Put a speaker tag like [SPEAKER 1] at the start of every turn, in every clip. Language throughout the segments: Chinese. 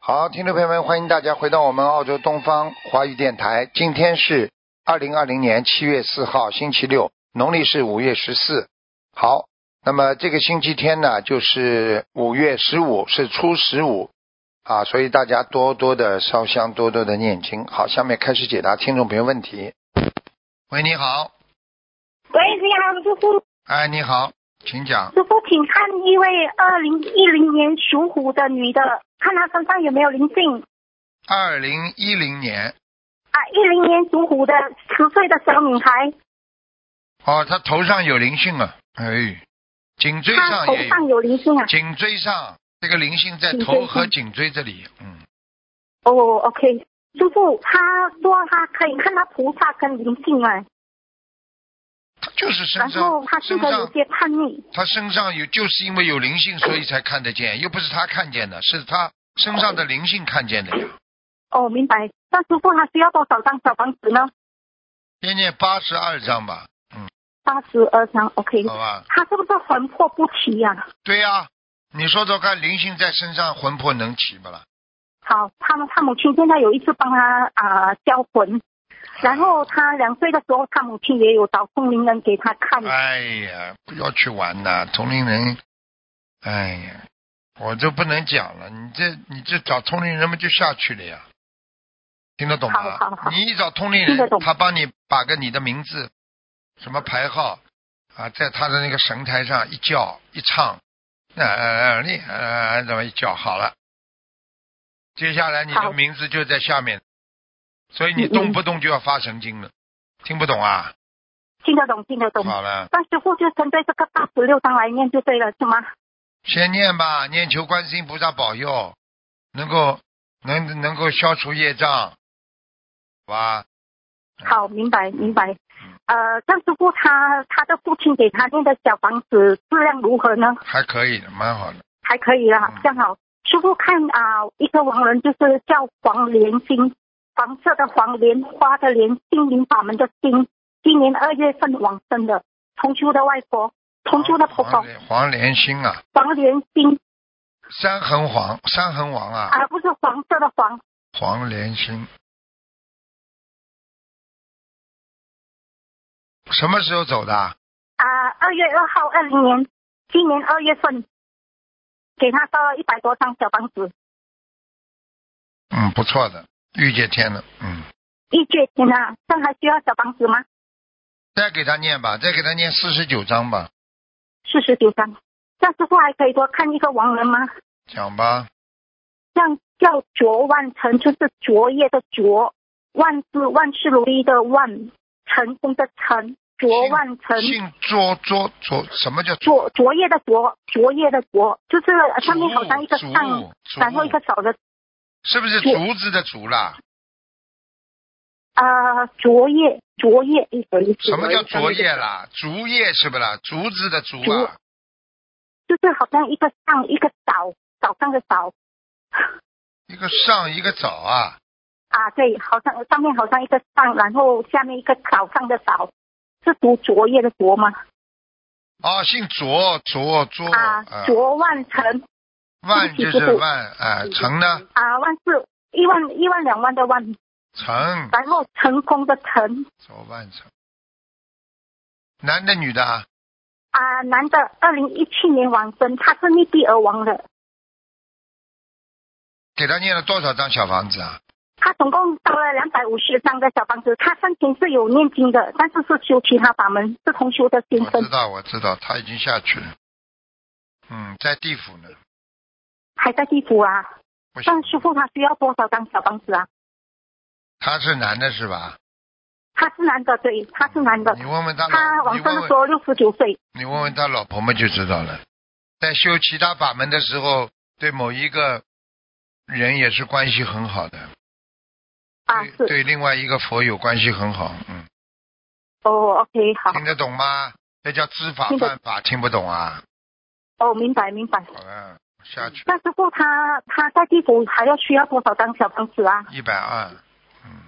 [SPEAKER 1] 好，听众朋友们，欢迎大家回到我们澳洲东方华语电台。今天是二零二零年七月四号，星期六，农历是五月十四。好，那么这个星期天呢，就是五月十五，是初十五啊，所以大家多多的烧香，多多的念经。好，下面开始解答听众朋友问题。喂，你好，
[SPEAKER 2] 喂，你好，师傅，
[SPEAKER 1] 哎，你好，请讲。
[SPEAKER 2] 师傅，请看一位二零一零年属虎的女的，看她身上有没有灵性
[SPEAKER 1] 二零一零年，
[SPEAKER 2] 啊？一零年属虎的十岁的小女孩，
[SPEAKER 1] 哦，他头上有灵性啊，哎，颈椎
[SPEAKER 2] 她
[SPEAKER 1] 上
[SPEAKER 2] 头
[SPEAKER 1] 也有。
[SPEAKER 2] 上有灵性啊？
[SPEAKER 1] 颈椎上这个灵性在
[SPEAKER 2] 颈椎
[SPEAKER 1] 头和
[SPEAKER 2] 上
[SPEAKER 1] 颈椎这里，嗯，
[SPEAKER 2] 哦，OK，师傅，她说她可以看到菩萨跟灵性啊，
[SPEAKER 1] 他就是身
[SPEAKER 2] 然后
[SPEAKER 1] 上
[SPEAKER 2] 她
[SPEAKER 1] 身
[SPEAKER 2] 性格有
[SPEAKER 1] 上
[SPEAKER 2] 些叛逆，
[SPEAKER 1] 他身上有，就是因为有灵性，所以才看得见，又不是他看见的，是他身上的灵性看见的呀。
[SPEAKER 2] 哦，明白。那师傅她需要多少张小房子呢？
[SPEAKER 1] 念念八十二章吧，嗯，
[SPEAKER 2] 八十二张，OK。
[SPEAKER 1] 好吧，
[SPEAKER 2] 她是不是魂魄不齐呀、啊？
[SPEAKER 1] 对呀、你说说看，灵性在身上，魂魄能起不啦？
[SPEAKER 2] 好，他们他母亲现在有一次帮他啊、销魂，然后他两岁的时候，他母亲也有找通灵人给他 看。
[SPEAKER 1] 哎呀，不要去玩呐，同龄人，哎呀，我都不能讲了，你这你这找同龄人们就下去了呀，听得懂吗？
[SPEAKER 2] 好好好
[SPEAKER 1] 你一找同龄
[SPEAKER 2] 听得
[SPEAKER 1] 人
[SPEAKER 2] 懂，
[SPEAKER 1] 他帮你把个你的名字、什么牌号啊，在他的那个神台上一叫一唱，那呃你呃怎么一叫好了，接下来你的
[SPEAKER 2] 好
[SPEAKER 1] 名字就在下面，所以你
[SPEAKER 2] 嗯嗯
[SPEAKER 1] 动不动就要发神经了，听不懂啊？
[SPEAKER 2] 听得懂，听得懂。
[SPEAKER 1] 好了。
[SPEAKER 2] 但师傅就针对这个八十六章来念就对了，是
[SPEAKER 1] 嗯
[SPEAKER 2] 吗？
[SPEAKER 1] 先念吧，念求观世音菩萨保佑，能够能能够消除业障，好吧？
[SPEAKER 2] 好，明白，明白。
[SPEAKER 1] 嗯
[SPEAKER 2] 呃，张师傅他他的父亲给他念的小房子质量如何呢？
[SPEAKER 1] 还可以的，蛮好的。
[SPEAKER 2] 还可以啦
[SPEAKER 1] 嗯，
[SPEAKER 2] 正好。师傅看啊、一个王人就是叫黄莲心，黄色的黄莲花的莲，心灵法门的心，今年二月份往生的，同修的外婆，同修的婆
[SPEAKER 1] 黄
[SPEAKER 2] 婆
[SPEAKER 1] 连哦黄连心啊，
[SPEAKER 2] 黄莲心
[SPEAKER 1] 三横黄，三横王啊，
[SPEAKER 2] 啊，不是黄色的黄，
[SPEAKER 1] 黄连心。什么时候走的？
[SPEAKER 2] 啊，二月二号，二零年，今年二月份，给他烧了一百多张小房子，
[SPEAKER 1] 嗯，不错的，遇见天了。嗯，
[SPEAKER 2] 一借钱啊，这还需要小房子吗？
[SPEAKER 1] 再给他念吧，再给他念四十九章吧，
[SPEAKER 2] 四十九张。这样师傅还可以多看一个亡人吗？
[SPEAKER 1] 讲吧。
[SPEAKER 2] 这样叫卓万成，就是卓越的卓，万事万事如意的万，成功的成，卓万成。
[SPEAKER 1] 姓卓卓卓，什么叫
[SPEAKER 2] 卓卓越的卓，卓越的卓，就是呃上面好像一个
[SPEAKER 1] 竹
[SPEAKER 2] 上，
[SPEAKER 1] 竹
[SPEAKER 2] 然后一个小的
[SPEAKER 1] 是不是
[SPEAKER 2] 竹
[SPEAKER 1] 竹子的竹啦？
[SPEAKER 2] 呃卓越，卓越一个意思。
[SPEAKER 1] 什么叫竹叶啦？竹叶是不啦？竹子的竹啊，
[SPEAKER 2] 就是好像一个上一个早，早上的早
[SPEAKER 1] 一个上一个早啊，
[SPEAKER 2] 啊，对，好像上面好像一个上，然后下面一个早上的早，是读卓越的卓吗？
[SPEAKER 1] 哦，姓卓卓卓
[SPEAKER 2] 啊，卓万成
[SPEAKER 1] 呃万
[SPEAKER 2] 对
[SPEAKER 1] 就是
[SPEAKER 2] 不起师傅
[SPEAKER 1] 万啊，成呢？
[SPEAKER 2] 啊，万事一万一万两万的万，
[SPEAKER 1] 成
[SPEAKER 2] 然后成功的成
[SPEAKER 1] 卓万成，男的女的啊？
[SPEAKER 2] 啊，男的，二零一七年亡生，他是逆地而亡的，
[SPEAKER 1] 给他念了多少张小房子啊？
[SPEAKER 2] 他总共烧了两百五十张的小房子，他生前是有念经的，但是是修其他法门，是同修的先
[SPEAKER 1] 我知
[SPEAKER 2] 生，
[SPEAKER 1] 道，我知道，他已经下去了，嗯，在地府呢，
[SPEAKER 2] 还在地府啊。
[SPEAKER 1] 不行
[SPEAKER 2] 但，师傅他需要多少张小房子啊？
[SPEAKER 1] 他是男的是吧？
[SPEAKER 2] 他是男的，对，他是男的
[SPEAKER 1] 你，问问他
[SPEAKER 2] 他
[SPEAKER 1] 老，
[SPEAKER 2] 往
[SPEAKER 1] 你
[SPEAKER 2] 生
[SPEAKER 1] 问
[SPEAKER 2] 的
[SPEAKER 1] 问
[SPEAKER 2] 时。候六十九岁，
[SPEAKER 1] 你问问他老婆们就知道了。在修其他法门的时候，对某一个人也是关系很好的，
[SPEAKER 2] 啊
[SPEAKER 1] 对
[SPEAKER 2] 是，
[SPEAKER 1] 对另外一个佛友关系很好。嗯，
[SPEAKER 2] 哦，OK，好，
[SPEAKER 1] 听得懂吗？这叫知法
[SPEAKER 2] 听得
[SPEAKER 1] 犯法，听不懂啊？
[SPEAKER 2] 哦，明白明白。
[SPEAKER 1] 好了，下去
[SPEAKER 2] 那师傅他他在地府还要需要多少张小房子啊？
[SPEAKER 1] 一百二。嗯，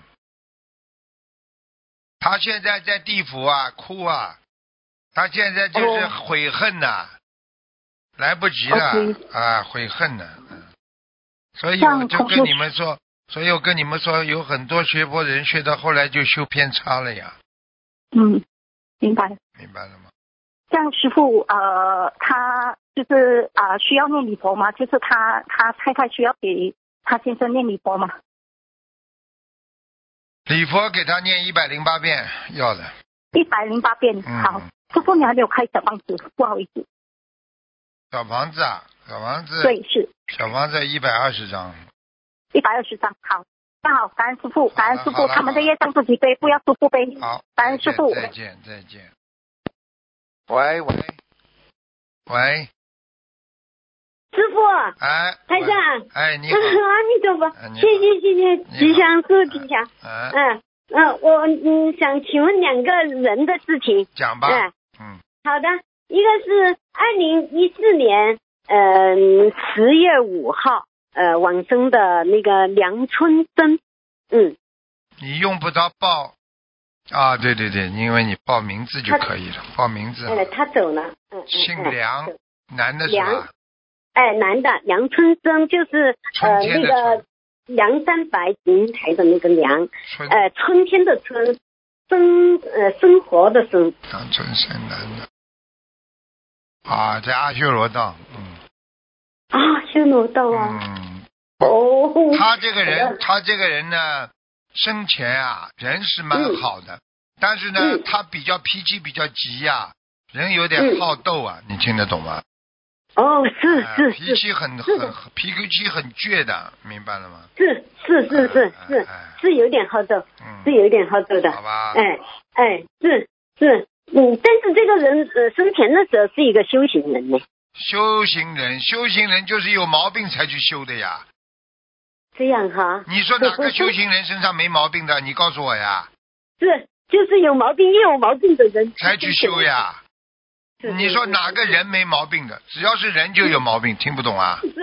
[SPEAKER 1] 他现在在地府啊，哭啊，他现在就是
[SPEAKER 2] 哦
[SPEAKER 1] 悔恨呐、来不及了
[SPEAKER 2] OK
[SPEAKER 1] 啊，悔恨呢、嗯所以
[SPEAKER 2] 像
[SPEAKER 1] 我就
[SPEAKER 2] 同
[SPEAKER 1] 跟
[SPEAKER 2] 修
[SPEAKER 1] 你们说，所以我跟你们说，有很多学佛人学到后来就修偏差了呀，
[SPEAKER 2] 嗯，明白。
[SPEAKER 1] 明白了吗？
[SPEAKER 2] 像师傅呃，他就是啊、需要念礼佛吗？就是他他太太需要给他先生念礼佛吗？
[SPEAKER 1] 礼佛给他念一百零八遍，要的。
[SPEAKER 2] 一百零八遍。
[SPEAKER 1] 嗯
[SPEAKER 2] 好，师傅你还没有开小房子，不好意思。
[SPEAKER 1] 小房子啊，小房子，
[SPEAKER 2] 对，是
[SPEAKER 1] 小房子一百二十张。
[SPEAKER 2] 一百二十张。好，那好，感恩师傅，感恩
[SPEAKER 1] 好
[SPEAKER 2] 师
[SPEAKER 1] 了好
[SPEAKER 2] 傅，
[SPEAKER 1] 了
[SPEAKER 2] 他们的业障自己背，不要师傅背。
[SPEAKER 1] 好，
[SPEAKER 2] 感恩师傅
[SPEAKER 1] 再见，再见。喂喂喂，
[SPEAKER 3] 师傅，
[SPEAKER 1] 哎，
[SPEAKER 3] 台
[SPEAKER 1] 喂
[SPEAKER 3] 长，
[SPEAKER 1] 哎，你好，
[SPEAKER 3] 阿弥陀佛
[SPEAKER 1] 哎，你好
[SPEAKER 3] 谢谢谢谢，
[SPEAKER 1] 好
[SPEAKER 3] 吉祥是吉祥。
[SPEAKER 1] 哎，
[SPEAKER 3] 嗯嗯，我嗯想请问两个人的事情。
[SPEAKER 1] 讲吧，
[SPEAKER 3] 嗯，
[SPEAKER 1] 嗯，
[SPEAKER 3] 好的，一个是二零一四年嗯十月五号呃往生的那个梁春生，嗯，
[SPEAKER 1] 你用不着报啊，对对对，因为你报名字就可以了，报名字啊，
[SPEAKER 3] 呃他走了，嗯，嗯
[SPEAKER 1] 姓
[SPEAKER 3] 嗯
[SPEAKER 1] 梁
[SPEAKER 3] 是，
[SPEAKER 1] 男的是吧
[SPEAKER 3] 梁？哎，男的梁春生就是
[SPEAKER 1] 春
[SPEAKER 3] 呃
[SPEAKER 1] 天
[SPEAKER 3] 那
[SPEAKER 1] 的春
[SPEAKER 3] 个，梁山伯银台的那个梁，
[SPEAKER 1] 春
[SPEAKER 3] 呃，春天的春，生呃生活的生，
[SPEAKER 1] 梁春生男的，啊，在阿修罗道，嗯
[SPEAKER 3] 啊，修罗道啊！
[SPEAKER 1] 嗯，
[SPEAKER 3] 哦，
[SPEAKER 1] 他这个
[SPEAKER 3] 好
[SPEAKER 1] 人
[SPEAKER 3] 的，
[SPEAKER 1] 他这个人呢，生前啊，人是蛮好的，但是呢，
[SPEAKER 3] 嗯
[SPEAKER 1] 他比较脾气比较急呀、人有点
[SPEAKER 3] 嗯
[SPEAKER 1] 好斗啊，你听得懂吗？
[SPEAKER 3] 哦，是
[SPEAKER 1] 啊
[SPEAKER 3] 是
[SPEAKER 1] 脾
[SPEAKER 3] 是
[SPEAKER 1] 气很
[SPEAKER 3] 是
[SPEAKER 1] 很很脾气很倔的，明白了吗？
[SPEAKER 3] 是是是是是
[SPEAKER 1] 哎哎
[SPEAKER 3] 是有点好斗，是
[SPEAKER 1] 嗯，
[SPEAKER 3] 有点好斗的
[SPEAKER 1] 好，吧，
[SPEAKER 3] 哎哎，是是，嗯，但是这个人呃生前的时候是一个修行人呢，
[SPEAKER 1] 修行人，修行人就是有毛病才去修的呀。
[SPEAKER 3] 这样哈，
[SPEAKER 1] 你说哪个修行人身上没毛病的？你告诉我呀，
[SPEAKER 3] 是就是有毛病也有毛病的人
[SPEAKER 1] 才去修，呀。
[SPEAKER 3] 是
[SPEAKER 1] 你说哪个？人没毛病的？只要是人就有毛病，听不懂啊？
[SPEAKER 3] 是是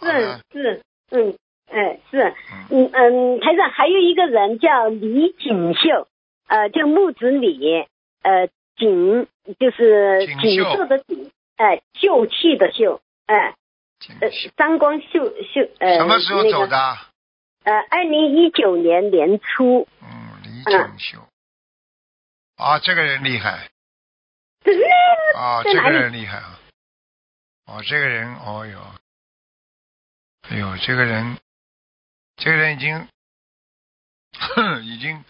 [SPEAKER 1] 好的
[SPEAKER 3] 是是，嗯哎是。
[SPEAKER 1] 嗯，
[SPEAKER 3] 嗯嗯，台长还有一个人叫李锦绣，呃，就木子李，呃，锦就是
[SPEAKER 1] 锦
[SPEAKER 3] 锦
[SPEAKER 1] 绣
[SPEAKER 3] 绣的锦，哎、秀气的秀，哎、
[SPEAKER 1] 请
[SPEAKER 3] 呃，张光秀秀，呃，
[SPEAKER 1] 什么时候走
[SPEAKER 3] 那个、
[SPEAKER 1] 的啊？
[SPEAKER 3] 呃，二零一九年年初，
[SPEAKER 1] 嗯，李锦绣。啊，这个人厉害
[SPEAKER 3] 这那
[SPEAKER 1] 啊，
[SPEAKER 3] 在
[SPEAKER 1] 这
[SPEAKER 3] 哪
[SPEAKER 1] 个
[SPEAKER 3] 里
[SPEAKER 1] 人厉害啊！哦，这个人，哦哟，哎呦，这个人，这个人已经，哼，已经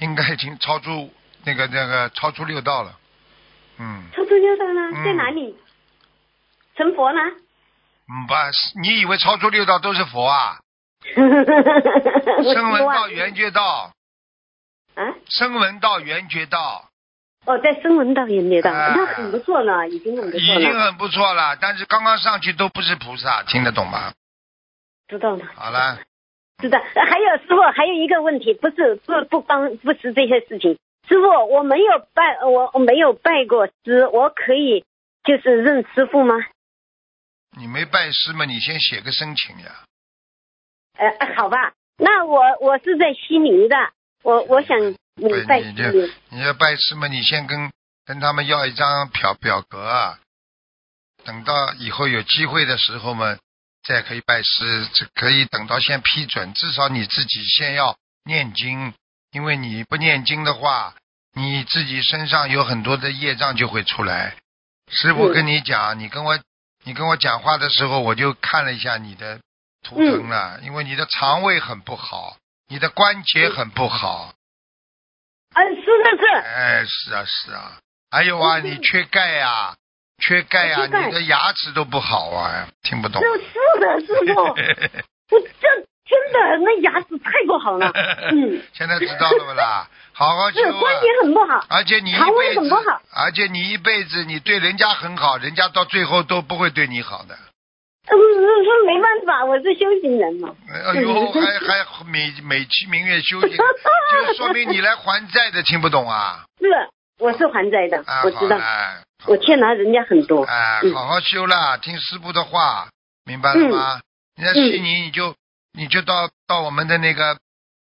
[SPEAKER 1] 应该已经超出那个那个超出六道了。嗯，
[SPEAKER 3] 出出就到呢，
[SPEAKER 1] 嗯
[SPEAKER 3] 在哪里？成 佛呢？
[SPEAKER 1] 嗯把你以为超出六道都是佛啊？声
[SPEAKER 3] 声
[SPEAKER 1] 闻道、圆觉道、
[SPEAKER 3] 啊，
[SPEAKER 1] 声闻道、圆觉道
[SPEAKER 3] 哦，在声闻道也没到，
[SPEAKER 1] 哎
[SPEAKER 3] 那很不错了，已经很不
[SPEAKER 1] 已
[SPEAKER 3] 错了，
[SPEAKER 1] 经很不错了，但是刚刚上去都不是菩萨，听得懂吗？
[SPEAKER 3] 知道了。
[SPEAKER 1] 好了。
[SPEAKER 3] 是的，呃还有师傅，还有一个问题，不是不不帮不是这些事情。师傅，我没有拜，呃我我没有拜过师，我可以就是认师傅吗？
[SPEAKER 1] 你没拜师嘛？你先写个申请呀。
[SPEAKER 3] 呃，啊好吧，那我我是在悉尼的，我我想嗯拜
[SPEAKER 1] 哎你
[SPEAKER 3] 悉
[SPEAKER 1] 这
[SPEAKER 3] 尼。
[SPEAKER 1] 你要拜师嘛？你先跟跟他们要一张表表格啊。等到以后有机会的时候嘛，再可以拜师。这可以等到先批准，至少你自己先要念经，因为你不念经的话，你自己身上有很多的业障就会出来。师傅
[SPEAKER 3] 嗯
[SPEAKER 1] 跟你讲，你跟我你跟我讲话的时候，我就看了一下你的图
[SPEAKER 3] 嗯
[SPEAKER 1] 腾了，因为你的肠胃很不好，你的关节很不好。
[SPEAKER 3] 嗯、是是 是，
[SPEAKER 1] 哎，是啊，是啊。还有啊，你缺钙呀、缺钙呀、
[SPEAKER 3] 我嗯缺钙
[SPEAKER 1] 你的牙齿都不好啊，听不懂。
[SPEAKER 3] 是哦的，师 傅，我这真的那牙齿太不 好了，嗯，
[SPEAKER 1] 现在知道了不啦？好好修
[SPEAKER 3] 是
[SPEAKER 1] 啊
[SPEAKER 3] 关！节很不好。
[SPEAKER 1] 而且你一
[SPEAKER 3] 肠胃
[SPEAKER 1] 辈
[SPEAKER 3] 很不
[SPEAKER 1] 子
[SPEAKER 3] 好，
[SPEAKER 1] 而且你一辈子你对人家很好，人家到最后都不会对你好的。
[SPEAKER 3] 嗯，是是没办法，我是修行人嘛。
[SPEAKER 1] 哎呦，还还美美其名曰修 行，就说明你来还债的，听不懂啊？
[SPEAKER 3] 是，我是还债的，
[SPEAKER 1] 啊，
[SPEAKER 3] 我知道
[SPEAKER 1] 好，了
[SPEAKER 3] 我欠了人家很多。
[SPEAKER 1] 哎，
[SPEAKER 3] 嗯
[SPEAKER 1] 好好修啦，听师傅的话，明白了吗？你在悉尼，你就你就到到我们的那个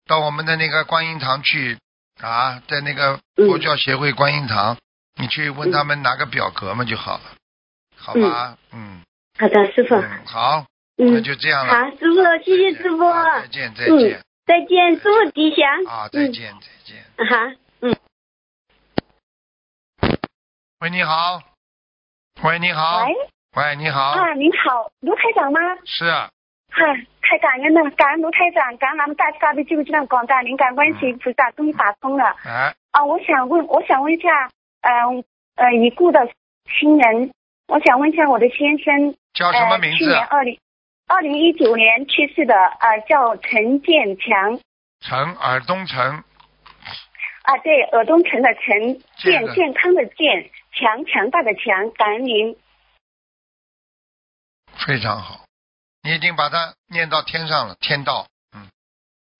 [SPEAKER 1] 到我们的那个观音堂去啊，在那个佛教协会观音堂，你去问他们拿个表格嘛就好了，好吧？嗯，
[SPEAKER 3] 好的，师傅，
[SPEAKER 1] 嗯，好，那
[SPEAKER 4] 嗯，
[SPEAKER 1] 就这样了。
[SPEAKER 4] 好，师傅，谢谢师傅，
[SPEAKER 1] 啊再见，再
[SPEAKER 4] 嗯
[SPEAKER 1] 见，，
[SPEAKER 4] 再见，师傅吉
[SPEAKER 3] 嗯
[SPEAKER 4] 祥，
[SPEAKER 1] 啊，再见，再见。
[SPEAKER 4] 嗯，好，嗯，
[SPEAKER 1] 喂，你好。喂，你好。
[SPEAKER 3] 喂，
[SPEAKER 1] 喂，你好。
[SPEAKER 3] 啊，您好，卢台长吗？
[SPEAKER 1] 是啊，
[SPEAKER 3] 嗨、太感恩了，感恩卢台长，感恩咱们大慈大悲救苦救难广大灵感观世音菩萨，终于打通了
[SPEAKER 1] 哎，
[SPEAKER 3] 啊！我想问，我想问一下，嗯呃已故的亲人，我想问一下我的先生，
[SPEAKER 1] 叫什
[SPEAKER 2] 哎
[SPEAKER 1] 么
[SPEAKER 3] 呃，
[SPEAKER 1] 名
[SPEAKER 3] 去
[SPEAKER 1] 字
[SPEAKER 3] 年
[SPEAKER 1] 啊？
[SPEAKER 3] 二零二零一九年去世的，呃，叫陈建强
[SPEAKER 1] 陈，尔东陈，
[SPEAKER 3] 啊，对，尔东城的陈，
[SPEAKER 1] 建的
[SPEAKER 3] 健健康的健，强强大的强，感恩您。
[SPEAKER 1] 非常好。你已经把它念到天上了，天道。嗯，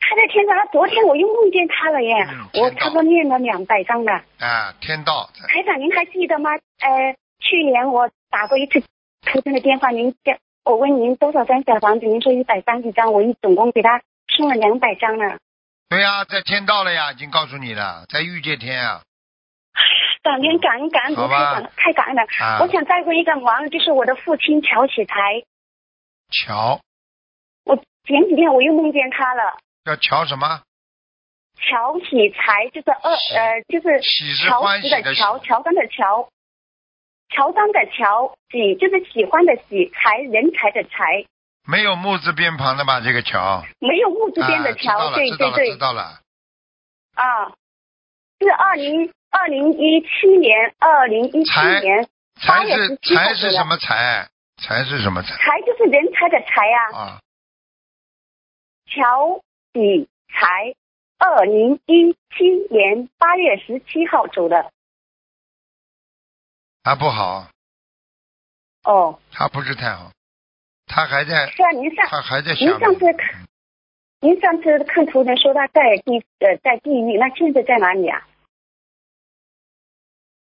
[SPEAKER 3] 他在天上，他昨天我又梦见他了耶，
[SPEAKER 1] 嗯
[SPEAKER 3] 我
[SPEAKER 1] 天道
[SPEAKER 3] 差不多念了两百张了。
[SPEAKER 1] 啊，天道在。
[SPEAKER 3] 台长，您还记得吗？呃，去年我打过一次图腾的电话，您叫我问您多少张小房子，您说一百三十张，我一总共给他送了两百张了。
[SPEAKER 1] 对呀、在天道了呀，已经告诉你了，在欲界天啊。
[SPEAKER 3] 感恩感恩感恩，
[SPEAKER 1] 好
[SPEAKER 3] 卢台
[SPEAKER 1] 吧
[SPEAKER 3] 长太感恩了。
[SPEAKER 1] 啊，
[SPEAKER 3] 我想再问一个忙，就是我的父亲乔启才，
[SPEAKER 1] 乔
[SPEAKER 3] 我前几天我又梦见他了。
[SPEAKER 1] 叫乔什么？
[SPEAKER 3] 乔启才就是二呃，就是
[SPEAKER 1] 喜是
[SPEAKER 3] 乔
[SPEAKER 1] 欢
[SPEAKER 3] 石
[SPEAKER 1] 喜
[SPEAKER 3] 的
[SPEAKER 1] 的喜，
[SPEAKER 3] 乔，乔装的乔，乔装的乔，喜就是喜欢的喜，才人才的才，
[SPEAKER 1] 没有木字边旁的吧？这个乔。
[SPEAKER 3] 没有木字边的
[SPEAKER 1] 啊
[SPEAKER 3] 乔，对
[SPEAKER 1] 知
[SPEAKER 3] 对
[SPEAKER 1] 道了，知道了，
[SPEAKER 3] 对
[SPEAKER 1] 知，道了。
[SPEAKER 3] 啊，是二零二零一七年，二零一七
[SPEAKER 1] 才
[SPEAKER 3] 年，八
[SPEAKER 1] 财
[SPEAKER 3] 月
[SPEAKER 1] 是
[SPEAKER 3] 17号
[SPEAKER 1] 财是
[SPEAKER 3] 左右
[SPEAKER 1] 什么财？财是什么财？
[SPEAKER 3] 才就是人才的才啊，
[SPEAKER 1] 啊，
[SPEAKER 3] 乔喜才，二零一七年八月十七号走的，
[SPEAKER 1] 还不好，
[SPEAKER 3] 哦，
[SPEAKER 1] 他不是太好，他还在，
[SPEAKER 3] 是啊，您上
[SPEAKER 1] 他还在
[SPEAKER 3] 您
[SPEAKER 1] 下面。
[SPEAKER 3] 上次
[SPEAKER 1] 嗯
[SPEAKER 3] 看您上次看图腾说他在地呃在地狱，那现在在哪里啊？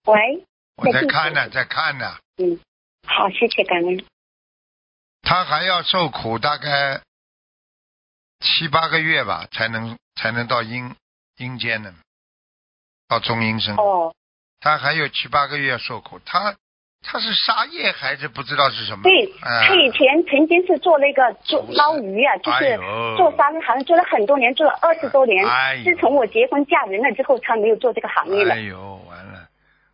[SPEAKER 3] 喂，
[SPEAKER 1] 我在看呢，在看呢，
[SPEAKER 3] 嗯，好，谢谢感恩。
[SPEAKER 1] 他还要受苦大概七八个月吧，才能才能到阴阴间呢，到中阴身。
[SPEAKER 3] 哦，
[SPEAKER 1] 他还有七八个月要受苦，他他是杀业还是不知道是什么？
[SPEAKER 3] 对，
[SPEAKER 1] 哎
[SPEAKER 3] 他以前曾经是做那个做
[SPEAKER 1] 不是
[SPEAKER 3] 捞鱼啊，就
[SPEAKER 1] 哎
[SPEAKER 3] 是
[SPEAKER 1] 呦
[SPEAKER 3] 做沙拉行，做了很多年，做了二十多年
[SPEAKER 1] 哎呦。
[SPEAKER 3] 自从我结婚嫁人了之后，他没有做这个行业了
[SPEAKER 1] 哎。呦，完了，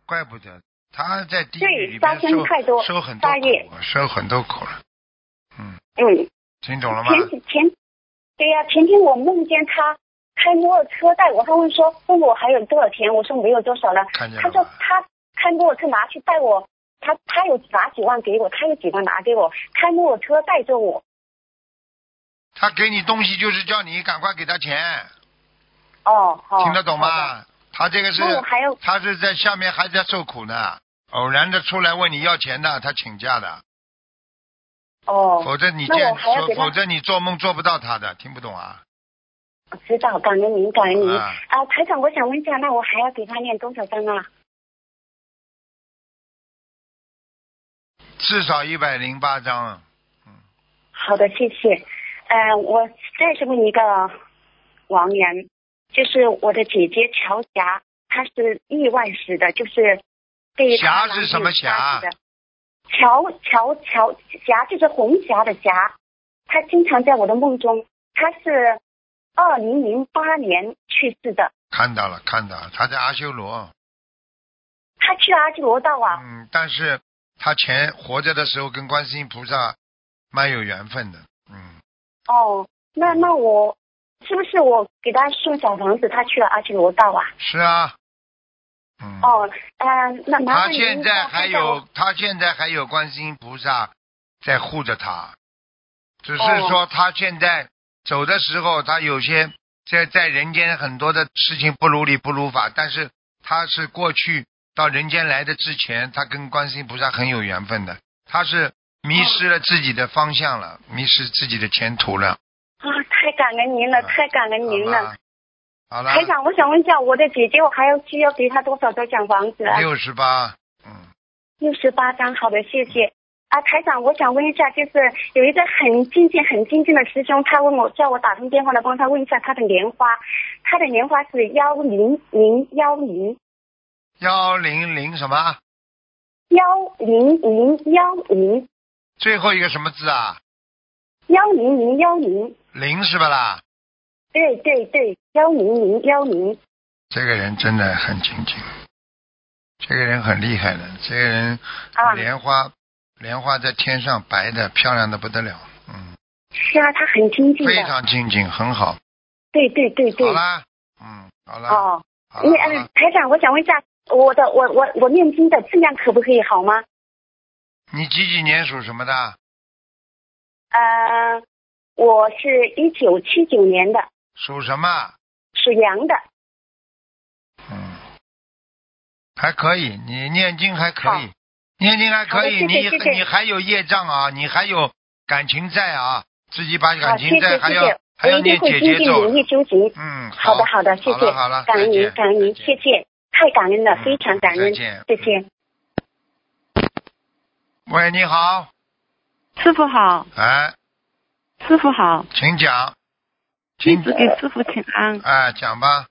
[SPEAKER 1] 怪不得他在地狱里
[SPEAKER 3] 对，杀
[SPEAKER 1] 边
[SPEAKER 3] 生
[SPEAKER 1] 受
[SPEAKER 3] 太多，
[SPEAKER 1] 受很多
[SPEAKER 3] 杀业。
[SPEAKER 1] 苦，受很多苦了。嗯，
[SPEAKER 3] 嗯，
[SPEAKER 1] 听懂了吗？
[SPEAKER 3] 前几前，对呀、前天我梦见他开摩托车带我，他问说问我还有多少钱，我说没有多少了。
[SPEAKER 1] 看见
[SPEAKER 3] 他
[SPEAKER 1] 了
[SPEAKER 3] 说
[SPEAKER 1] 吗？
[SPEAKER 3] 他开摩托车拿去带我，他他有拿几万给我，他有几万拿给我，开摩托车带着我。
[SPEAKER 1] 他给你东西就是叫你赶快给他钱，
[SPEAKER 3] 哦，好，
[SPEAKER 1] 听得懂
[SPEAKER 3] 好的？
[SPEAKER 1] 吗？他这个是，
[SPEAKER 3] 那我还要
[SPEAKER 1] 他是在下面还在受苦呢，偶然的出来问你要钱的，他请假的，
[SPEAKER 3] 哦，
[SPEAKER 1] 否则你
[SPEAKER 3] 那
[SPEAKER 1] 见
[SPEAKER 3] 我还要
[SPEAKER 1] 否
[SPEAKER 3] 给他
[SPEAKER 1] 否则你做梦做不到他的，听不懂啊？
[SPEAKER 3] 我知道，感恩您，感恩您。
[SPEAKER 1] 啊
[SPEAKER 3] 啊，台长，我想问一下，那我还要给他念多少章啊？
[SPEAKER 1] 至少一百零八章，
[SPEAKER 3] 好的，谢谢。呃，我再是问一个王源，就是我的姐姐乔霞，她是意外死的，就是被
[SPEAKER 1] 霞
[SPEAKER 3] 豺狼
[SPEAKER 1] 是什么
[SPEAKER 3] 给杀
[SPEAKER 1] 霞
[SPEAKER 3] 死的？乔乔乔霞就是红霞的霞，她经常在我的梦中。她是二零零八年去世的，
[SPEAKER 1] 看到了看到了，他在阿修罗，
[SPEAKER 3] 她去阿修罗道啊。
[SPEAKER 1] 嗯，但是他前活着的时候跟观世音菩萨蛮有缘分的，嗯，
[SPEAKER 3] 哦，那那我是不是我给她送小房子，她去了阿修罗道啊？
[SPEAKER 1] 是啊，嗯，
[SPEAKER 3] 哦，呃，那麻
[SPEAKER 1] 他
[SPEAKER 3] 烦您
[SPEAKER 1] 现在还
[SPEAKER 3] 帮我
[SPEAKER 1] 有，他现在还有观世音菩萨在护着他，只是
[SPEAKER 3] 哦
[SPEAKER 1] 说他现在走的时候，他有些在在人间很多的事情不如理不如法，但是他是过去到人间来的之前，他跟观世音菩萨很有缘分的，他是迷失了自己的方向了，迷失自己的前途了，
[SPEAKER 3] 啊，太感恩您了，
[SPEAKER 1] 嗯
[SPEAKER 3] 太感恩您
[SPEAKER 1] 好
[SPEAKER 3] 了
[SPEAKER 1] 吧，？好了，
[SPEAKER 3] 台长，我想问一下，我的姐姐，我还要需要给她多少张小房子啊？
[SPEAKER 1] 六十八，嗯，
[SPEAKER 3] 六十八张，好的，谢谢。啊，台长，我想问一下，就是有一个很亲近、很亲近的师兄，他问我叫我打通电话来帮他问一下他的莲花，他的莲花是幺零零幺零
[SPEAKER 1] 幺零零什么？
[SPEAKER 3] 幺零零幺零
[SPEAKER 1] 最后一个什么字啊？
[SPEAKER 3] 幺零零幺零，
[SPEAKER 1] 灵是吧啦？
[SPEAKER 3] 对对对，幺零零幺零，
[SPEAKER 1] 这个人真的很精进，这个人很厉害的，这个人
[SPEAKER 3] 啊
[SPEAKER 1] 莲花、莲花在天上白的漂亮的不得了，嗯，
[SPEAKER 3] 是啊，他很精进
[SPEAKER 1] 非
[SPEAKER 3] 的，
[SPEAKER 1] 常精进，很好。
[SPEAKER 3] 对对对对
[SPEAKER 1] 好，啦，嗯，好啦，
[SPEAKER 3] 哦。
[SPEAKER 1] 好
[SPEAKER 3] 你
[SPEAKER 1] 啦，好
[SPEAKER 3] 嗯
[SPEAKER 1] 啦，
[SPEAKER 3] 台长，我想问一下，我的我我我念经的质量可不可以好吗？
[SPEAKER 1] 你几几年属什么的？
[SPEAKER 3] 呃，我是一九七九年的，
[SPEAKER 1] 属什么？
[SPEAKER 3] 属羊的。
[SPEAKER 1] 嗯，还可以，你念经还可以，念经还可以，
[SPEAKER 3] 好的谢谢
[SPEAKER 1] 你
[SPEAKER 3] 谢谢
[SPEAKER 1] 你还有业障啊，你还有感情债啊，自己把
[SPEAKER 3] 好，
[SPEAKER 1] 感
[SPEAKER 3] 谢
[SPEAKER 1] 情
[SPEAKER 3] 谢
[SPEAKER 1] 债
[SPEAKER 3] 谢
[SPEAKER 1] 还要
[SPEAKER 3] 谢，我
[SPEAKER 1] 还要
[SPEAKER 3] 一定
[SPEAKER 1] 念
[SPEAKER 3] 会
[SPEAKER 1] 解
[SPEAKER 3] 精
[SPEAKER 1] 结
[SPEAKER 3] 进
[SPEAKER 1] 咒
[SPEAKER 3] 努。力修行。
[SPEAKER 1] 嗯，
[SPEAKER 3] 好的好的，谢
[SPEAKER 1] 好
[SPEAKER 3] 谢
[SPEAKER 1] 了好了，，
[SPEAKER 3] 感
[SPEAKER 1] 再
[SPEAKER 3] 恩
[SPEAKER 1] 见再
[SPEAKER 3] 感恩，
[SPEAKER 1] 见
[SPEAKER 3] 谢谢，太感恩了，
[SPEAKER 1] 嗯
[SPEAKER 3] 非常感
[SPEAKER 1] 再
[SPEAKER 3] 恩，
[SPEAKER 1] 见
[SPEAKER 3] 谢谢。
[SPEAKER 1] 喂，你好，
[SPEAKER 5] 师傅好，
[SPEAKER 1] 哎，
[SPEAKER 5] 师傅好，
[SPEAKER 1] 请讲，
[SPEAKER 5] 弟
[SPEAKER 1] 请
[SPEAKER 5] 子给师傅请安。
[SPEAKER 1] 哎讲吧，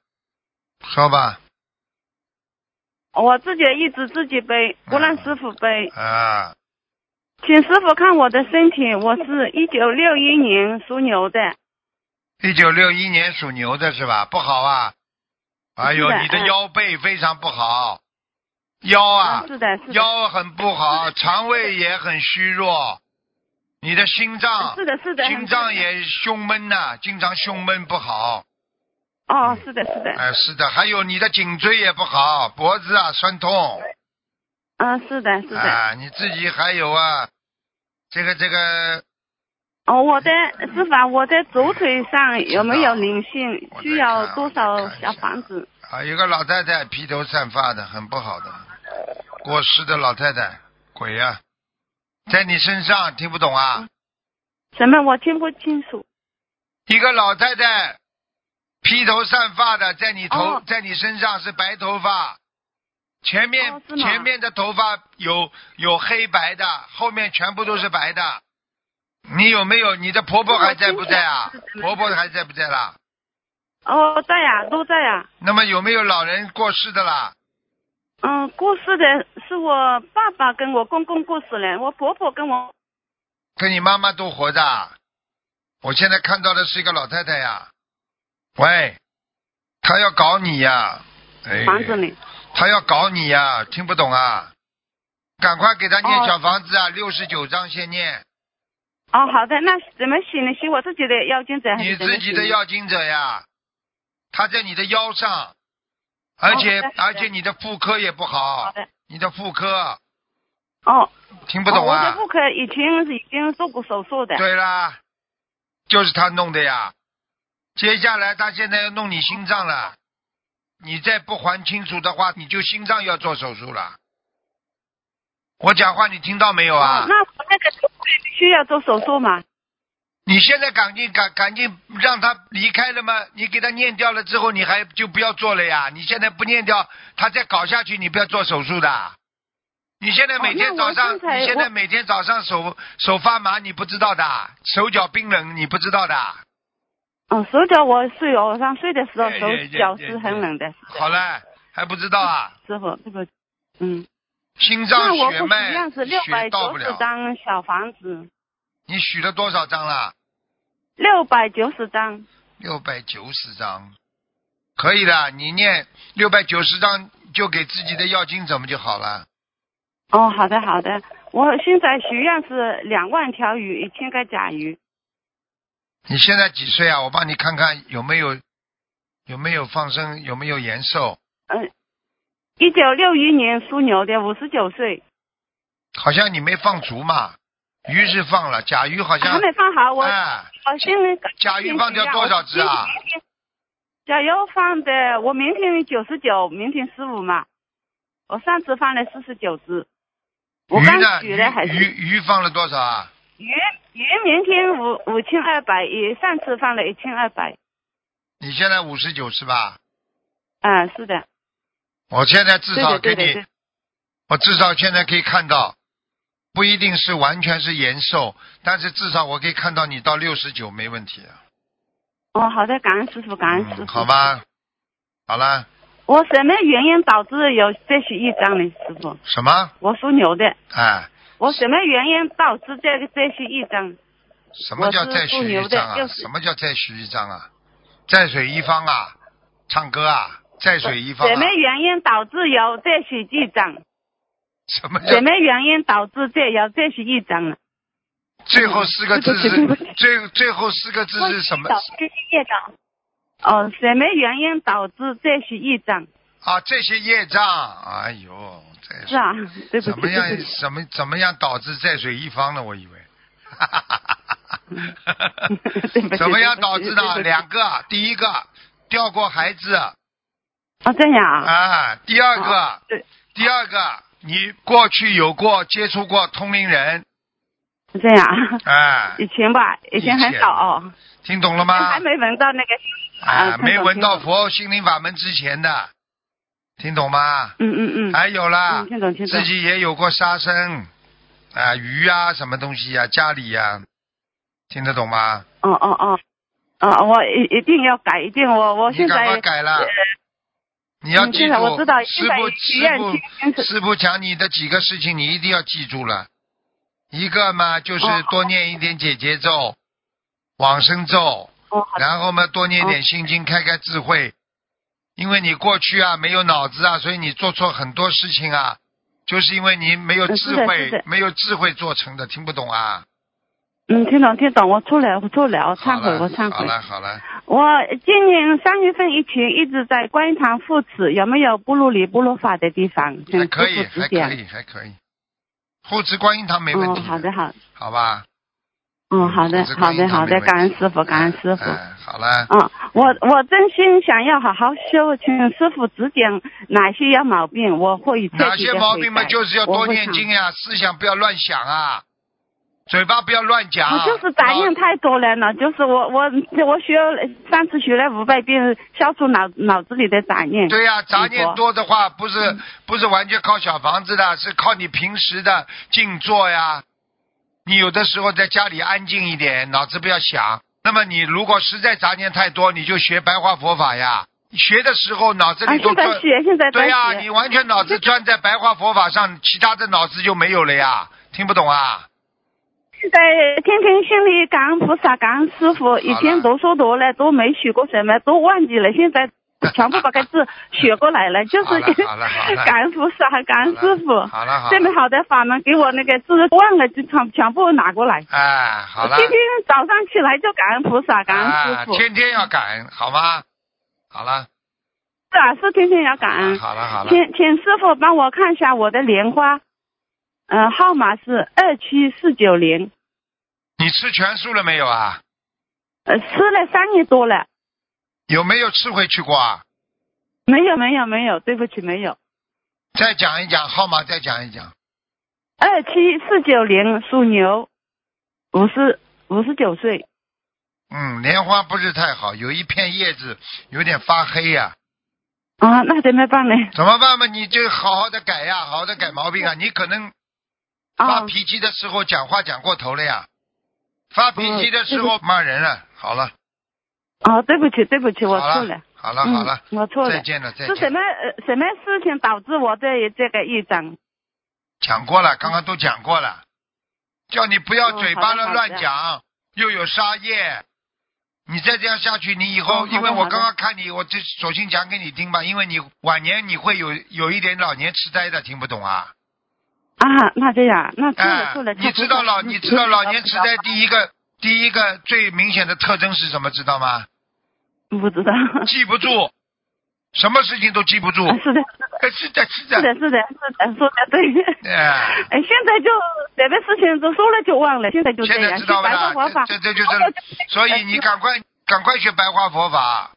[SPEAKER 1] 说吧，
[SPEAKER 5] 我自己的意志自己背，不让师傅背，
[SPEAKER 1] 嗯啊，
[SPEAKER 5] 请师傅看我的身体。我哦是一九六一年属牛的，
[SPEAKER 1] 一九六一年属牛的是吧？不好啊，哎呦，
[SPEAKER 5] 是的
[SPEAKER 1] 你的
[SPEAKER 5] 嗯
[SPEAKER 1] 腰背非常不好，腰啊
[SPEAKER 5] 啊，是的，嗯是的，
[SPEAKER 1] 腰很不好，肠胃也很虚弱，你的心脏
[SPEAKER 5] 嗯是的，是的，
[SPEAKER 1] 心脏也胸闷呐、经常胸闷不好，
[SPEAKER 5] 哦，是的，是的，
[SPEAKER 1] 哎，是的，还有你的颈椎也不好，脖子啊酸痛，
[SPEAKER 5] 嗯，是的，是的。
[SPEAKER 1] 啊，你自己还有啊，这个这个，
[SPEAKER 5] 哦，我的师傅啊，我的左腿上有没有灵性
[SPEAKER 1] 我再？看
[SPEAKER 5] 需要多
[SPEAKER 1] 我再
[SPEAKER 5] 少
[SPEAKER 1] 看一下
[SPEAKER 5] 小房子？
[SPEAKER 1] 啊，有个老太太披头散发的，很不好的，过世的老太太，鬼啊，在你身上听不懂啊。
[SPEAKER 5] 嗯什么？我听不清楚。
[SPEAKER 1] 一个老太太，披头散发的，在你头、
[SPEAKER 5] 哦
[SPEAKER 1] 在你身上是白头发，前面、
[SPEAKER 5] 哦是吗
[SPEAKER 1] 前面的头发有有黑白的，后面全部都是白的。你有没有你的婆婆
[SPEAKER 5] 那我
[SPEAKER 1] 还在不在啊
[SPEAKER 5] 听起？来
[SPEAKER 1] 婆婆还在不在啦？
[SPEAKER 5] 哦，在呀、都在呀、
[SPEAKER 1] 那么有没有老人过世的啦？
[SPEAKER 5] 嗯，过世的是我爸爸跟我公公过世了，我婆婆跟我
[SPEAKER 1] 跟你妈妈都活着啊？我现在看到的是一个老太太呀、喂，她要搞你呀、哎，
[SPEAKER 5] 房子里。
[SPEAKER 1] 他要搞你呀、听不懂啊！赶快给他念
[SPEAKER 5] 哦
[SPEAKER 1] 小房子啊，六十九章先念。
[SPEAKER 5] 哦，好的，那怎么写呢？写我自己的腰间者还
[SPEAKER 1] 你
[SPEAKER 5] 是怎么
[SPEAKER 1] 自
[SPEAKER 5] 写
[SPEAKER 1] 己
[SPEAKER 5] 呢
[SPEAKER 1] 的药精者呀，他在你的腰上，而且、
[SPEAKER 5] 好的
[SPEAKER 1] 而且你的妇科也不好，
[SPEAKER 5] 好的。
[SPEAKER 1] 你的妇科
[SPEAKER 5] 哦，
[SPEAKER 1] 听不懂
[SPEAKER 5] 哦我
[SPEAKER 1] 啊
[SPEAKER 5] 的？妇科以前是已经做过手术的。
[SPEAKER 1] 对啦，就是他弄的呀。接下来他现在要弄你心脏了，你再不还清楚的话，你就心脏要做手术了。我讲话你听到没有啊？
[SPEAKER 5] 哦，那我那个手背需要做手术吗？
[SPEAKER 1] 你现在赶紧赶赶紧让他离开了吗？你给他念掉了之后，你还就不要做了呀？你现在不念掉，他再搞下去，你不要做手术的。你现在每天
[SPEAKER 5] 哦那
[SPEAKER 1] 早
[SPEAKER 5] 我
[SPEAKER 1] 上，
[SPEAKER 5] 刚才
[SPEAKER 1] 你现在
[SPEAKER 5] 我
[SPEAKER 1] 每天早上手手发麻，你不知道的，手脚冰冷，你不知道的。
[SPEAKER 5] 嗯，手脚我是有晚上睡的时候
[SPEAKER 1] 哎
[SPEAKER 5] 手
[SPEAKER 1] 哎
[SPEAKER 5] 脚
[SPEAKER 1] 哎
[SPEAKER 5] 是
[SPEAKER 1] 哎
[SPEAKER 5] 很冷的，
[SPEAKER 1] 好了，还不知道啊？
[SPEAKER 5] 师傅，对不起？嗯，
[SPEAKER 1] 心
[SPEAKER 5] 那
[SPEAKER 1] 脏
[SPEAKER 5] 我
[SPEAKER 1] 血
[SPEAKER 5] 不
[SPEAKER 1] 脉
[SPEAKER 5] 一样是六
[SPEAKER 1] 血
[SPEAKER 5] 百
[SPEAKER 1] 到不
[SPEAKER 5] 九十
[SPEAKER 1] 了。
[SPEAKER 5] 张小房子，
[SPEAKER 1] 你许了多少张了？
[SPEAKER 5] 六百九十张。
[SPEAKER 1] 六百九十张，可以的。你念六百九十张，就给自己的药精怎么就好了？
[SPEAKER 5] 哦，好的好的，我现在许愿是两万条鱼，一千个甲鱼。
[SPEAKER 1] 你现在几岁啊？我帮你看看有没有有没有放生，有没有延寿。
[SPEAKER 5] 嗯，一九六一年属牛的，五十九岁，
[SPEAKER 1] 好像你没放足嘛，鱼是放了，甲鱼好像
[SPEAKER 5] 还没放好。我
[SPEAKER 1] 哎，
[SPEAKER 5] 我现在
[SPEAKER 1] 甲鱼放掉多少只啊？
[SPEAKER 5] 甲鱼放的，我明天九十九，明天十五嘛。我上次放了四十九只，我
[SPEAKER 1] 鱼
[SPEAKER 5] 刚
[SPEAKER 1] 呢？
[SPEAKER 5] 许了还
[SPEAKER 1] 鱼
[SPEAKER 5] 是
[SPEAKER 1] 鱼鱼放了多少啊？
[SPEAKER 5] 鱼鱼明天五五千二百一，上次放了一千二百。
[SPEAKER 1] 你现在五十九是吧？
[SPEAKER 5] 啊，是的，
[SPEAKER 1] 我现在至
[SPEAKER 5] 对
[SPEAKER 1] 少
[SPEAKER 5] 的
[SPEAKER 1] 给
[SPEAKER 5] 对的
[SPEAKER 1] 你
[SPEAKER 5] 对的。
[SPEAKER 1] 我至少现在可以看到，不一定是完全是延寿，但是至少我可以看到你到六十九没问题。啊
[SPEAKER 5] 哦，好的，感恩师傅，感恩师傅、
[SPEAKER 1] 嗯，好。吧，好了，
[SPEAKER 5] 我什么原因导致有这些异张呢，师傅？
[SPEAKER 1] 什么？
[SPEAKER 5] 我属牛的，
[SPEAKER 1] 哎，
[SPEAKER 5] 我什么原因导致这个这些异张？
[SPEAKER 1] 什么叫再
[SPEAKER 5] 我是属
[SPEAKER 1] 许一
[SPEAKER 5] 牛
[SPEAKER 1] 张
[SPEAKER 5] 的，
[SPEAKER 1] 啊？
[SPEAKER 5] 又是
[SPEAKER 1] 什么叫再许一张啊？在水一方啊，唱歌啊，在水一方啊
[SPEAKER 5] 什，么原因导致有这许一张？
[SPEAKER 1] 什么叫
[SPEAKER 5] 什么原因导致这有这许一张啊呢？
[SPEAKER 1] 最后四个字
[SPEAKER 5] 对不起对不
[SPEAKER 1] 是最最后四个字是什么
[SPEAKER 3] 导致业障，
[SPEAKER 5] 哦，什么原因导致这许一张？
[SPEAKER 1] 啊？这些业障，哎呦，这
[SPEAKER 5] 是啊，对不起，
[SPEAKER 1] 怎么样？怎么怎么样导致在水一方呢？我以为，
[SPEAKER 5] 对不起
[SPEAKER 1] 怎么样导致
[SPEAKER 5] 对不
[SPEAKER 1] 的？
[SPEAKER 5] 起啊
[SPEAKER 1] 两个，第一个掉过孩子
[SPEAKER 5] 哦，这样啊，
[SPEAKER 1] 啊，第二个
[SPEAKER 5] 对，
[SPEAKER 1] 第二个，你过去有过接触过通灵人，
[SPEAKER 5] 这样啊，
[SPEAKER 1] 啊，
[SPEAKER 5] 以前吧，以前很少哦，
[SPEAKER 1] 听懂了吗
[SPEAKER 5] 还？没闻到那个，
[SPEAKER 1] 啊，
[SPEAKER 5] 啊听懂
[SPEAKER 1] 没闻到
[SPEAKER 5] 听
[SPEAKER 1] 佛心灵法门之前的，听懂吗？
[SPEAKER 5] 嗯嗯嗯，
[SPEAKER 1] 还有啦
[SPEAKER 5] 嗯，听懂听懂
[SPEAKER 1] 啊自，己也有过杀生，啊，鱼啊，什么东西啊，家里呀、听得懂吗？
[SPEAKER 5] 哦哦哦，哦，我一一定要改，一定我我
[SPEAKER 1] 你
[SPEAKER 5] 现
[SPEAKER 1] 赶快
[SPEAKER 5] 在
[SPEAKER 1] 改了
[SPEAKER 5] 呃，
[SPEAKER 1] 你要记
[SPEAKER 5] 现
[SPEAKER 1] 住
[SPEAKER 5] 在我知道，，
[SPEAKER 1] 师
[SPEAKER 5] 现在
[SPEAKER 1] 傅
[SPEAKER 5] 许
[SPEAKER 1] 师
[SPEAKER 5] 愿
[SPEAKER 1] 傅
[SPEAKER 5] 清楚
[SPEAKER 1] 师傅讲你的几个事情，你一定要记住了。一个嘛，就是
[SPEAKER 5] 哦
[SPEAKER 1] 多念一点解结咒、往生咒，
[SPEAKER 5] 哦，好的
[SPEAKER 1] 然后嘛，多念一点心经，开开智慧。因为你过去啊没有脑子啊，所以你做错很多事情啊，就是因为你没有
[SPEAKER 5] 嗯
[SPEAKER 1] 智
[SPEAKER 5] 是的是
[SPEAKER 1] 慧
[SPEAKER 5] 的，
[SPEAKER 1] 没有智慧做成的，听不懂啊？
[SPEAKER 5] 嗯，听懂听懂，我错了我错了，我
[SPEAKER 1] 好
[SPEAKER 5] 忏悔
[SPEAKER 1] 了，
[SPEAKER 5] 我忏
[SPEAKER 1] 好
[SPEAKER 5] 悔。
[SPEAKER 1] 了，好了，
[SPEAKER 5] 我今年三月份以前一直在观察父子有没有不如理不如法的地方，嗯请
[SPEAKER 1] 还
[SPEAKER 5] 师
[SPEAKER 1] 可以，
[SPEAKER 5] 傅
[SPEAKER 1] 还
[SPEAKER 5] 指
[SPEAKER 1] 可
[SPEAKER 5] 点。
[SPEAKER 1] 以，还可以。护持观音堂没问
[SPEAKER 5] 哦，
[SPEAKER 1] 题，
[SPEAKER 5] 好的，，好的，
[SPEAKER 1] 好吧？
[SPEAKER 5] 嗯，好的，
[SPEAKER 1] 护持
[SPEAKER 5] 好
[SPEAKER 1] 观音
[SPEAKER 5] 的，
[SPEAKER 1] 堂
[SPEAKER 5] 好
[SPEAKER 1] 没
[SPEAKER 5] 的，
[SPEAKER 1] 问题
[SPEAKER 5] 感恩师傅，感恩师傅。
[SPEAKER 1] 嗯嗯好了，
[SPEAKER 5] 嗯，我我真心想要好好修，请师傅指点哪些有毛病，我会彻
[SPEAKER 1] 哪
[SPEAKER 5] 底
[SPEAKER 1] 些
[SPEAKER 5] 的
[SPEAKER 1] 毛病嘛，就是要多念经
[SPEAKER 5] 啊。
[SPEAKER 1] 呀、思想不要乱想啊，嘴巴不要乱讲
[SPEAKER 5] 我
[SPEAKER 1] 啊。
[SPEAKER 5] 就是杂念太多了呢，就是我我我学了上次学了五百遍，消除脑脑子里的杂念。
[SPEAKER 1] 对呀、杂念
[SPEAKER 5] 佛
[SPEAKER 1] 多的话，不
[SPEAKER 5] 嗯
[SPEAKER 1] 是不是完全靠小房子的，是靠你平时的静坐呀。你有的时候在家里安静一点，脑子不要想。那么你如果实在杂念太多，你就学白话佛法呀。学的时候脑子
[SPEAKER 5] 啊，
[SPEAKER 1] 里都
[SPEAKER 5] 现
[SPEAKER 1] 转，
[SPEAKER 5] 在学，现在在
[SPEAKER 1] 对
[SPEAKER 5] 学。
[SPEAKER 1] 呀、你完全脑子转在白话佛法上，其他的脑子就没有了呀。听不懂啊？
[SPEAKER 5] 现在天天心里感恩菩萨，感恩师傅。以前读书读了都没学过什么，都忘记了。现在全部把个字学过来 了，就是
[SPEAKER 1] 好了好了好了
[SPEAKER 5] 感恩菩萨，感恩师傅。
[SPEAKER 1] 好了好了
[SPEAKER 5] 这哦么好的法门给我那个字忘了，就全全部拿过来。
[SPEAKER 1] 哎，好了
[SPEAKER 5] 今。天早上起来就感恩菩萨，感恩
[SPEAKER 1] 啊
[SPEAKER 5] 师，傅。
[SPEAKER 1] 天天要感恩，好吗？好了，
[SPEAKER 5] 是啊，是天天要感恩。
[SPEAKER 1] 好了好了，
[SPEAKER 5] 请请师傅帮我看一下我的莲花，嗯、号码是二七四九零，
[SPEAKER 1] 你吃全素了没有啊？
[SPEAKER 5] 呃，吃了三年多了。
[SPEAKER 1] 有没有吃回去过啊？
[SPEAKER 5] 没有没有没有，对不起，没有。
[SPEAKER 1] 再讲一讲号码，再讲一讲。
[SPEAKER 5] 二七四九零属牛，五十五十九岁。
[SPEAKER 1] 嗯，莲花不是太好，有一片叶子有点发黑呀、
[SPEAKER 5] 啊，那怎么办呢？
[SPEAKER 1] 怎么办嘛？你就好好的改呀、好好的改毛病
[SPEAKER 5] 哦
[SPEAKER 1] 啊！你可能发
[SPEAKER 5] 啊，
[SPEAKER 1] 脾气的时候讲话讲过头了呀，发脾气的时候骂人了。好了，
[SPEAKER 5] 哦，对不起，对不起，
[SPEAKER 1] 好
[SPEAKER 5] 我错
[SPEAKER 1] 了
[SPEAKER 5] 了，，
[SPEAKER 1] 好了，好了，
[SPEAKER 5] 嗯，我错
[SPEAKER 1] 再
[SPEAKER 5] 了。
[SPEAKER 1] 见了，再
[SPEAKER 5] 是什
[SPEAKER 1] 见。
[SPEAKER 5] 么呃什么事情导致我这这个一张？
[SPEAKER 1] 讲过了，刚刚都讲过了，叫你不要
[SPEAKER 5] 哦
[SPEAKER 1] 嘴巴
[SPEAKER 5] 好的
[SPEAKER 1] 乱
[SPEAKER 5] 好
[SPEAKER 1] 乱
[SPEAKER 5] 的
[SPEAKER 1] 讲，又有杀业。你再这样下去，你以
[SPEAKER 5] 哦
[SPEAKER 1] 后、
[SPEAKER 5] 好的
[SPEAKER 1] 因为我
[SPEAKER 5] 好的
[SPEAKER 1] 刚刚看你，我就索性讲给你听吧，因为你晚年你会有有一点老年痴呆的，听不懂啊？
[SPEAKER 5] 啊，那这样，那错
[SPEAKER 1] 哎
[SPEAKER 5] 了错了。，
[SPEAKER 1] 你知道老你知
[SPEAKER 5] 嗯
[SPEAKER 1] 道老年痴呆第一个第一个最明显的特征是什么？知道吗？
[SPEAKER 5] 不知道。啊
[SPEAKER 1] 记不住，什么事情都记不住。
[SPEAKER 5] 是的，
[SPEAKER 1] 哎，是的，是
[SPEAKER 5] 嗯是
[SPEAKER 1] 的，
[SPEAKER 5] 的，是的，是的，说的对。
[SPEAKER 1] 哎。
[SPEAKER 5] 哎，现在就什么事情都说了就忘了，现在就这
[SPEAKER 1] 现在
[SPEAKER 5] 样。
[SPEAKER 1] 知道
[SPEAKER 5] 白
[SPEAKER 1] 吧
[SPEAKER 5] 话？法，哦
[SPEAKER 1] 这这这就是，所以你赶快赶快学白话佛法，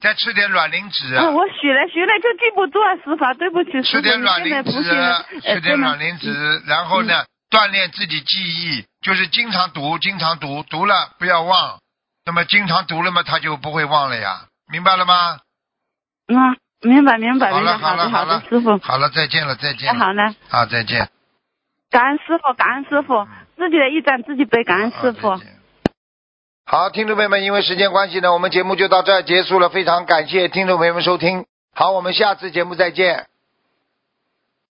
[SPEAKER 1] 再吃点卵磷脂，
[SPEAKER 5] 啊，我许了许了就记不住啊，师傅，对不起，
[SPEAKER 1] 吃
[SPEAKER 5] 师傅，
[SPEAKER 1] 点
[SPEAKER 5] 你
[SPEAKER 1] 卵
[SPEAKER 5] 现在
[SPEAKER 1] 磷
[SPEAKER 5] 不
[SPEAKER 1] 脂啊
[SPEAKER 5] 信了，，
[SPEAKER 1] 吃
[SPEAKER 5] 呃
[SPEAKER 1] 点
[SPEAKER 5] 真的嗯
[SPEAKER 1] 卵磷脂，然后呢，锻炼自己记忆，就是经常读，经常读，读了不要忘，那么经常读了嘛，他就不会忘了呀，明白了吗？
[SPEAKER 5] 嗯啊，明白明白
[SPEAKER 1] 好
[SPEAKER 5] 明
[SPEAKER 1] 了
[SPEAKER 5] 白，
[SPEAKER 1] 好
[SPEAKER 5] 好
[SPEAKER 1] 了
[SPEAKER 5] 的
[SPEAKER 1] 好
[SPEAKER 5] 好
[SPEAKER 1] 了
[SPEAKER 5] 的，师傅，
[SPEAKER 1] 好了，再见了，再
[SPEAKER 5] 太
[SPEAKER 1] 见了，
[SPEAKER 5] 好了，
[SPEAKER 1] 好，再见，
[SPEAKER 5] 感恩师傅，感恩师傅，自己的一站自己背，感恩师傅。
[SPEAKER 1] 嗯好。再见好，听众朋友们，因为时间关系呢，我们节目就到这儿结束了。非常感谢听众朋友们收听，好，我们下次节目再见。